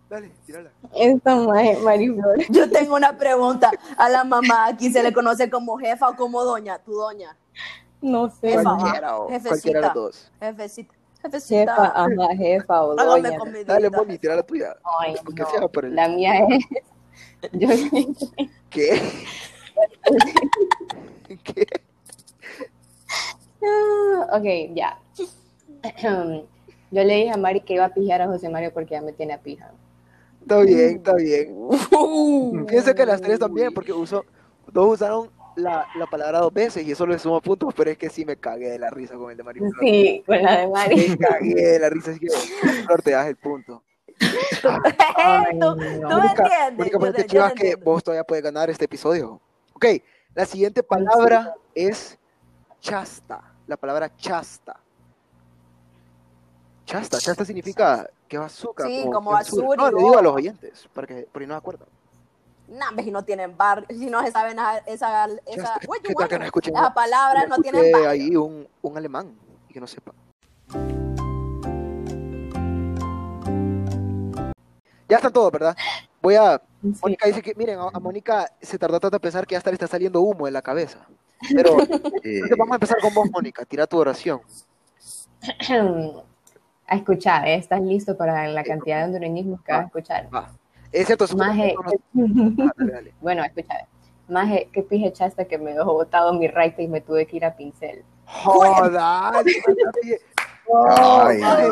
dale, tírala.
Está mal, Mariflor.
Yo tengo una pregunta. A la mamá aquí se le conoce como jefa o como doña. Tu doña.
No sé.
Jefa, va.
Cualquiera, o-
Jefecita.
cualquiera de los dos.
Jefecita.
Jefa,
Jefecita.
ajá, jefa o
Hágame
doña.
comidita.
ah, Dale, pues,
*laughs*
Moni, tira la tuya.
Ay,
Aunque
no.
sea por el-
La mía es. *laughs* Yo
¿Qué?
*laughs*
*laughs* ¿Qué?
Ah, *laughs* ok, ya. *clears throat* Yo le dije a Mari que iba a pijar a José Mario porque ya me tiene a pija.
Está bien, está bien. Pienso que las tres también, porque uso, dos usaron la, la palabra dos veces y eso le suma puntos, pero es que sí me cagué de la risa con el de Mario. Flor.
Sí, con la de Mari.
Me cagué de la risa, así que Flor, te das el punto.
Tú- tú me
Mónica,
entiendes,
Mónica,
yo
ponete
te- yo
chivas
te
que
entiendo.
vos todavía puedes ganar este episodio. Ok, la siguiente palabra es chasta. La palabra chasta. Chasta, chasta significa que basura.
Sí, como basura
No,
y
le digo a
boba.
los oyentes, para que, por si no se acuerdan.
Nah, hombre, si no tienen bar, si no se saben esa, esa, esa,
Chasta,
Güey,
¿qué tal que no escuchen?
esa palabra
Yo
no
escuché
tienen barrio.
ahí un, un alemán y que no sepa. Ya están todos, ¿verdad? Voy a
Sí.
Mónica dice que, miren, a, a Mónica se tardó tanto a pensar que hasta le está saliendo humo de la cabeza.
*laughs*
Pero
*laughs*
entonces vamos a empezar con vos, Mónica. Tira tu oración.
*clears throat* A escuchar, ¿eh? ¿estás listo para la cantidad de hondureñismos que vas a escuchar?
Va. Es cierto, es un-
Maje,
Ah, dale, dale.
bueno, escuchar. Maje, eh, qué pije chasta que me dejó botado mi raite y me tuve que ir a pincel.
Joda,
Ay.
maje,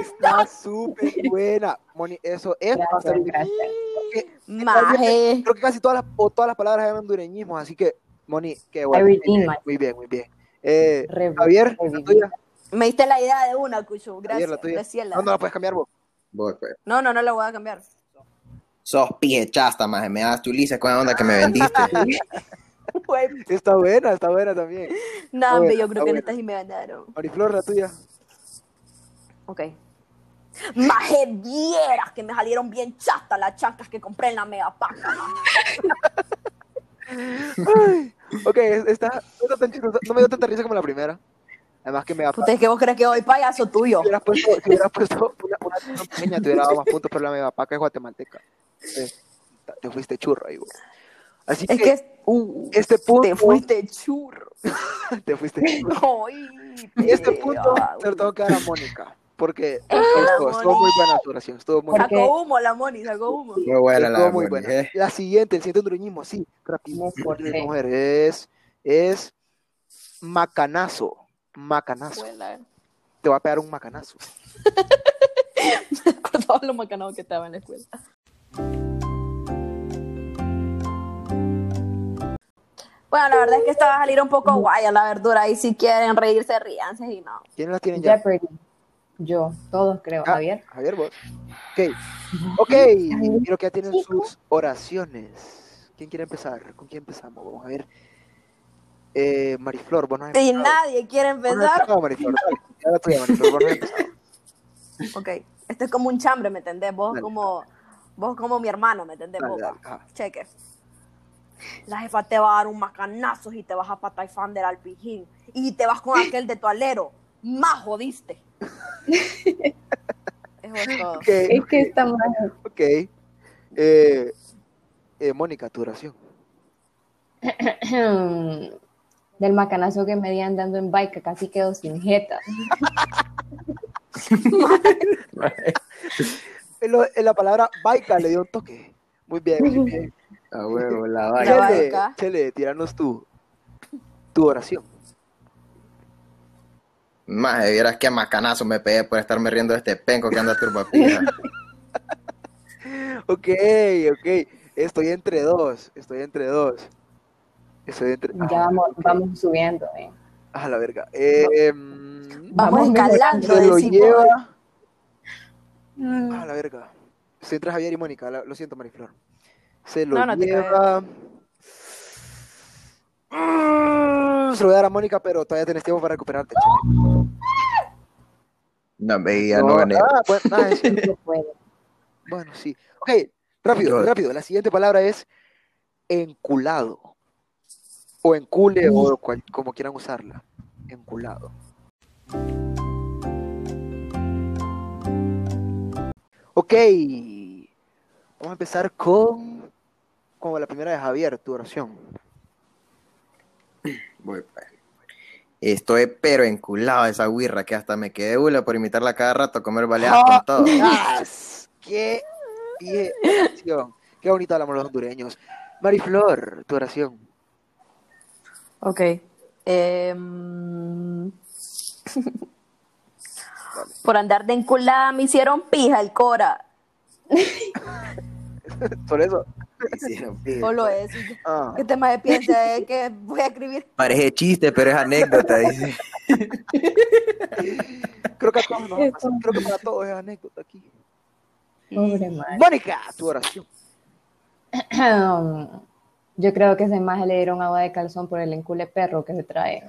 está súper buena. Moni, eso es
Gracias,
bastante-
gracias.
Maje.
Creo que casi todas las, o todas las palabras eran hondureñismo, así que, Moni, qué bueno.
I
Muy
redeem
bien,
myself.
muy bien, muy bien. Eh,
Re-
Javier, la
reviví.
tuya.
Me diste la idea de una, Cucho.
Javier, la
Gracias.
tuya.
Recién la-
No, no la puedes cambiar vos.
Vos, pues.
No, no, no la voy a cambiar. *laughs*
Sos pije chasta, maje. Me das tu lisa con la onda que me vendiste.
Güey,
Está buena, está buena también.
No, hombre,
buena,
yo creo
está
que en
buena.
estas sí me ganaron.
Mariflor, la tuya.
Ok. Maje, vieras que me salieron bien chastas las chancas que compré en la mega paca.
Ay, ok, es- está, no, está tan chistosa, no me dio tanta risa como la primera. Además que me da
Puta, es que vos crees que hoy payaso tuyo.
Si hubieras puesto, si hubieras puesto una, una canción pequeña, te hubiera dado más puntos, pero la mega paca es guatemalteca. Eh, Te fuiste churro ahí, güey. Así
Es
que,
que uh,
este punto
te fuiste churro.
te fuiste churro.
Ay,
Este
pero,
punto
ah,
se lo tengo que dar a Mónica, porque
Ah,
estuvo, estuvo muy buena tu oración, estuvo muy
Porque-
Sacó humo la Moni, sacó humo.
Muy buena la
Estuvo
de
muy
Moni,
buena.
eh.
La siguiente, el siguiente hondureñismo, sí, rapidísimo,
Me esforcé.
de mujer, es, es macanazo, macanazo.
Escuela.
Te va a pegar un macanazo.
*laughs* Con todos los macanados que estaba en la escuela. Bueno, la verdad es que esta va a salir un poco guaya la verdura. Y si quieren reírse, ríanse y no.
¿Quiénes la tienen ya?
Jeopardy. Yo, todos creo.
Ah,
Javier. *clears throat*
Javier, vos. Ok. Ok. Creo que ya tienen sus oraciones. ¿Quién quiere empezar? ¿Con quién empezamos? Vamos a ver. Eh, Mariflor, vos no has
Y
empezado.
nadie quiere
Vos no has
empezar.
empezado, Mariflor. Dale, ya la tuya, Mariflor. Vos no has empezado.
Ok, esto es como un chambre, ¿me entendés? Vos
Dale.
como vos como mi hermano, ¿me entendés?
Dale, Ah,
Vos,
dale,
va.
ajá.
Cheque. La jefa te va a dar un macanazo y te vas a Pataifán del Alpijín. Y te vas con aquel de tu alero. Más *laughs* jodiste. Eso es todo.
Ok.
Es que está mal.
Ok. Eh, eh, Mónica, tu oración.
Del macanazo que me di andando en bike, que casi quedo sin jeta.
En, lo- en la palabra baica le dio un toque. Muy bien, muy bien.
A huevo, la
La
vaina.
Chele,
baica.
Chele, tiranos tu, tu oración.
Maje, vieras qué macanazo me pegué por estarme riendo de este penco que anda turbapija.
Ok, ok. Estoy entre dos. Estoy entre dos. Estoy entre.
Ya
Ah,
vamos,
ok.
vamos subiendo. eh.
A la verga. Eh, mm,
Vamos
Vamos
escalando.
se lo
decimos. mm.
lleva. A la verga. Se entre Javier y Mónica. la- Lo siento, Mariflor. Se lo
No, no te
lleva. Mm, Se lo voy a dar a Mónica, pero todavía tenés tiempo para recuperarte. chale.
No veía, no gané.
ah, bueno, ah, es cierto.
No
*laughs*
puedo.
Bueno, sí. Ok, rápido,
Yo-
rápido. La siguiente palabra es enculado. O encule, o cual- como quieran usarla. Enculado. Ok. Vamos a empezar con, con la primera de Javier, tu oración.
Voy, pues. Estoy pero enculado de esa guirra que hasta me quedé hula por imitarla cada rato a comer baleadas con todo.
¡As! ¡Qué bien oración! ¡Qué bonito hablamos los hondureños! Mariflor, tu oración.
Ok. Em, *laughs* Por andar de enculada me hicieron pija el Cora.
Por eso.
Hicieron, *laughs* sí.
Solo pues. eso.
ah.
¿Qué tema de piensa es que voy a escribir?
Parece chiste, pero es anécdota. *laughs* dice.
Creo que a todos nos va a pasar. Creo que para todos es anécdota aquí.
Pobre Mal.
Mónica, tu oración.
*clears throat* Yo creo que ese maje le dieron agua de calzón por el encule perro que se trae.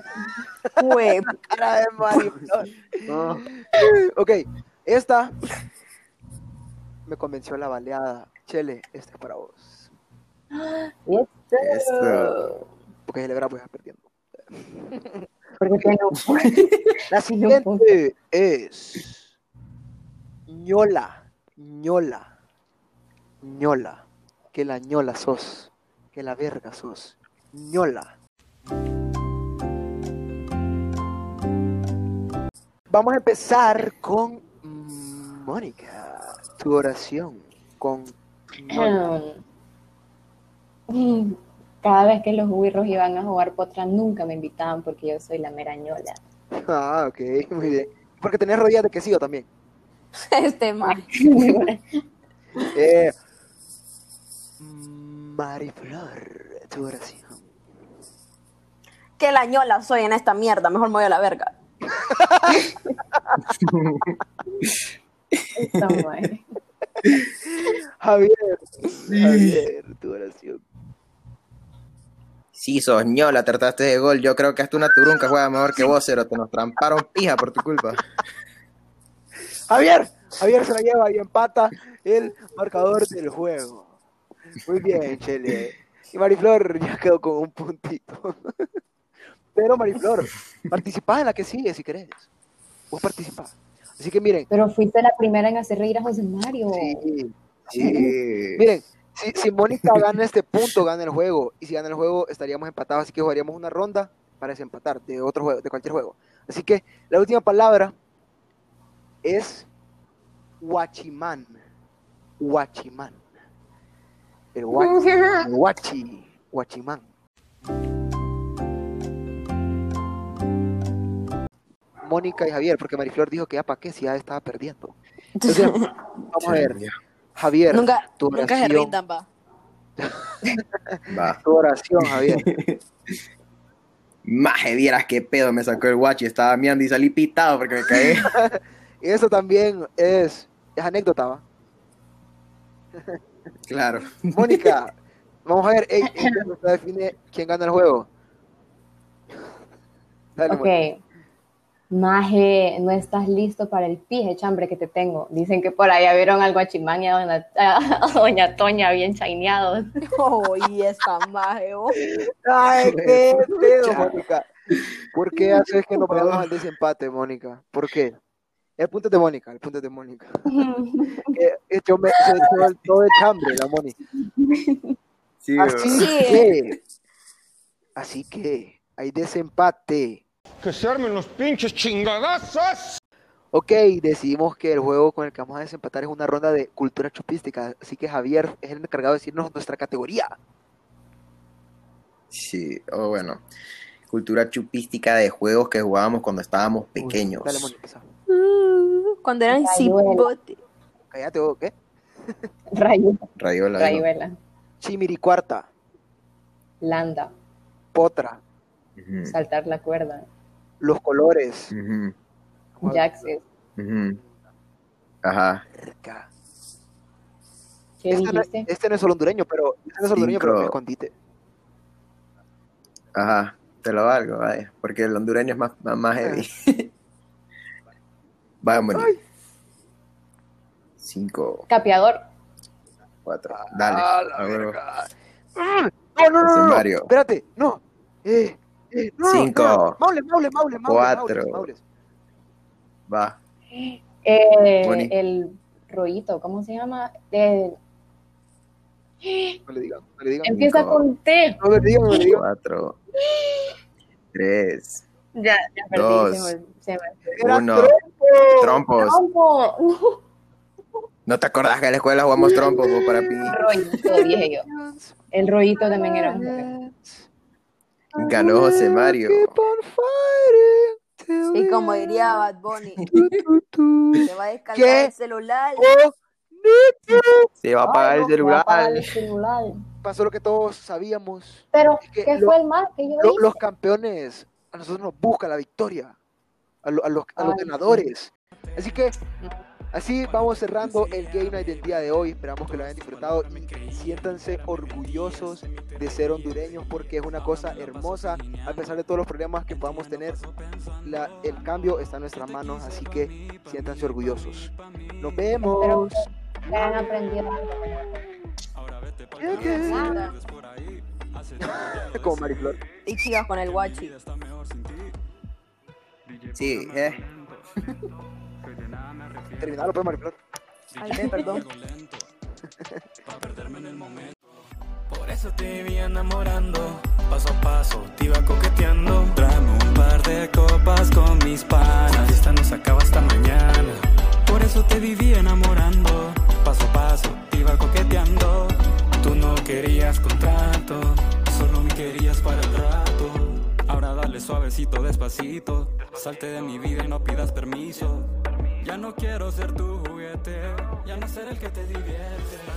Güey, *laughs*
Cara de Mario. No. Ok, esta me convenció la baleada. Chele, esta es para vos.
Esto.
Porque celebrar voy a perdiendo.
Porque tiene un
La
Tiene un punto.
siguiente es ñola, ñola, ñola, que la ñola sos, que la verga sos, ñola. Vamos a empezar con Mónica, tu oración con
*clears throat*
ñola. *laughs*
Cada vez que los huirros iban a jugar potra, nunca me invitaban porque yo soy
*laughs*
la merañola. *laughs*
Ah, ok, muy bien. Porque tenés rodillas de quesillo también.
este mal.
Eh, Mariflor, tu oración.
Que la ñola soy en esta mierda, mejor me voy a la verga.
Esta madre.
Javier, Javier, tu oración.
Sí, soñola, trataste de gol. Yo creo que hasta una turunca juega mejor que vos, pero te nos tramparon pija por tu culpa.
Javier, Javier se la lleva y empata el marcador del juego. Muy bien, Chele. Y Mariflor ya quedó con un puntito. Pero Mariflor, participá en la que sigue si querés. Vos participás. Así que miren,
Pero fuiste la primera en hacer reír a José Mario.
sí,
Sí.
miren, si, si Mónica gana este punto, gana el juego. Y si gana el juego, estaríamos empatados. Así que jugaríamos una ronda para desempatar de otro juego, de cualquier juego. Así que la última palabra es Huachimán. Huachimán. El huachi. el huachi. Huachimán. Mónica y Javier, porque Mariflor dijo que ya para qué si ya estaba perdiendo. Entonces, vamos a ver. Javier,
Nunca,
tu
nunca se
oración,
rindan, va.
Va.
tu oración, Javier.
Maje, vieras qué pedo me sacó el guachi. Estaba miando y salí pitado porque me *laughs* caí.
Y eso también es, es anécdota, ¿va?
Claro.
Mónica, vamos a ver, ey, ey, usted define quién gana el juego. Dale, Mónica.
Ok. Maje, no estás listo para el pije chambre que te tengo. Dicen que por allá vieron al guachimán y a doña, a *laughs* doña Toña bien chaineados.
Oh, y esta maje, oh.
Ay, qué pedo,
Pucha.
Mónica. ¿Por qué haces que nos vayamos al desempate, Mónica? ¿Por qué? El punto es de Mónica, el punto es de Mónica. Eh, eh, yo me se echó el todo de chambre, la Mónica.
¿Ah, Sí,
Así
bro.
que, así que hay desempate.
Que se armen los pinches chingadazos.
Ok, decidimos que el juego con el que vamos a desempatar es una ronda de cultura chupística, así que Javier es el encargado de decirnos nuestra categoría.
Sí, o bueno. Cultura chupística de juegos que jugábamos cuando estábamos pequeños.
Dale, Mónica, empezá.
Uh, Cuando eran
Ay,
cipote.
Cállate, vos, ¿qué?
*laughs* Rayuela,
Rayuela. digo.
Rayuela,
Chimiricuarta,
Landa,
Potra,
Ujú,
saltar la cuerda,
Los Colores,
ujú,
Mm. Jaxis,
ujú. Ajá.
Verga.
¿qué
Este no,
dijiste?
este no es solo hondureño, pero este no es hondureño, pero
Cinco.
es escondite.
Ajá, te lo valgo, vaya, porque el hondureño es más, más, más heavy. *laughs* Vaya, Moni. Cinco,
Capeador,
cuatro, dale.
Ah, la
a huevo.
verga. Mm, No, no, no, no,
Ese
no,
Este Mario.
Espérate, no. Eh, eh, no,
Cinco.
no. Maule, maule, maule, maule,
Cuatro.
maule, maule.
Va.
eh,
Bonnie.
el rollito, ¿cómo se llama? Eh,
No le digan, no le digan.
empieza
Cinco.
con T.
No le digan, no le digan.
Cuatro, tres,
Ya, ya perdí,
Dos.
se me- se me-
Era
uno.
trompo.
Trompos.
Trompo,
¿No te acordás que en la escuela jugamos trompos vos para pi?
rollito, dije yo. El rollito también era un juego.
Ganó José Mario.
Keep on fighting till
Y
the
como
end.
diría Bad Bunny,
eh, Tu, tu, tu.
te va a descargar
¿Qué?
el celular.
Oh,
Se va a apagar
Ay,
el
no, me
celular.
va a apagar el celular.
Pasó lo que todos sabíamos.
Pero,
Es que
¿qué
lo-
fue el mal que yo
Lo-
hice?
los campeones, a nosotros nos busca la victoria, a, lo- a los, a los
Ay, sí.
ganadores. Así que, así vamos cerrando el Game Night del día de hoy. Esperamos que lo hayan disfrutado y siéntanse orgullosos de ser hondureños porque es una cosa hermosa. A pesar de todos los problemas que podamos tener, la- el cambio está en nuestras manos. Así que siéntanse orgullosos. Nos vemos.
Que han aprendido algo.
Como Mariflor.
Y chicas con el guachi.
Sí, eh.
Terminalo, pues, Mariflor.
Ay, ve, perdón.
Por eso te iba enamorando, paso a paso te iba coqueteando. Dame un par de copas con mis panas, esta no se acaba hasta mañana. Por eso te viví enamorando, paso a paso te iba coqueteando. Tú no querías contrato, solo me querías para el rato. Ahora dale suavecito, despacito, salte de mi vida y no pidas permiso. Ya no quiero ser tu juguete, ya no ser el que te divierte.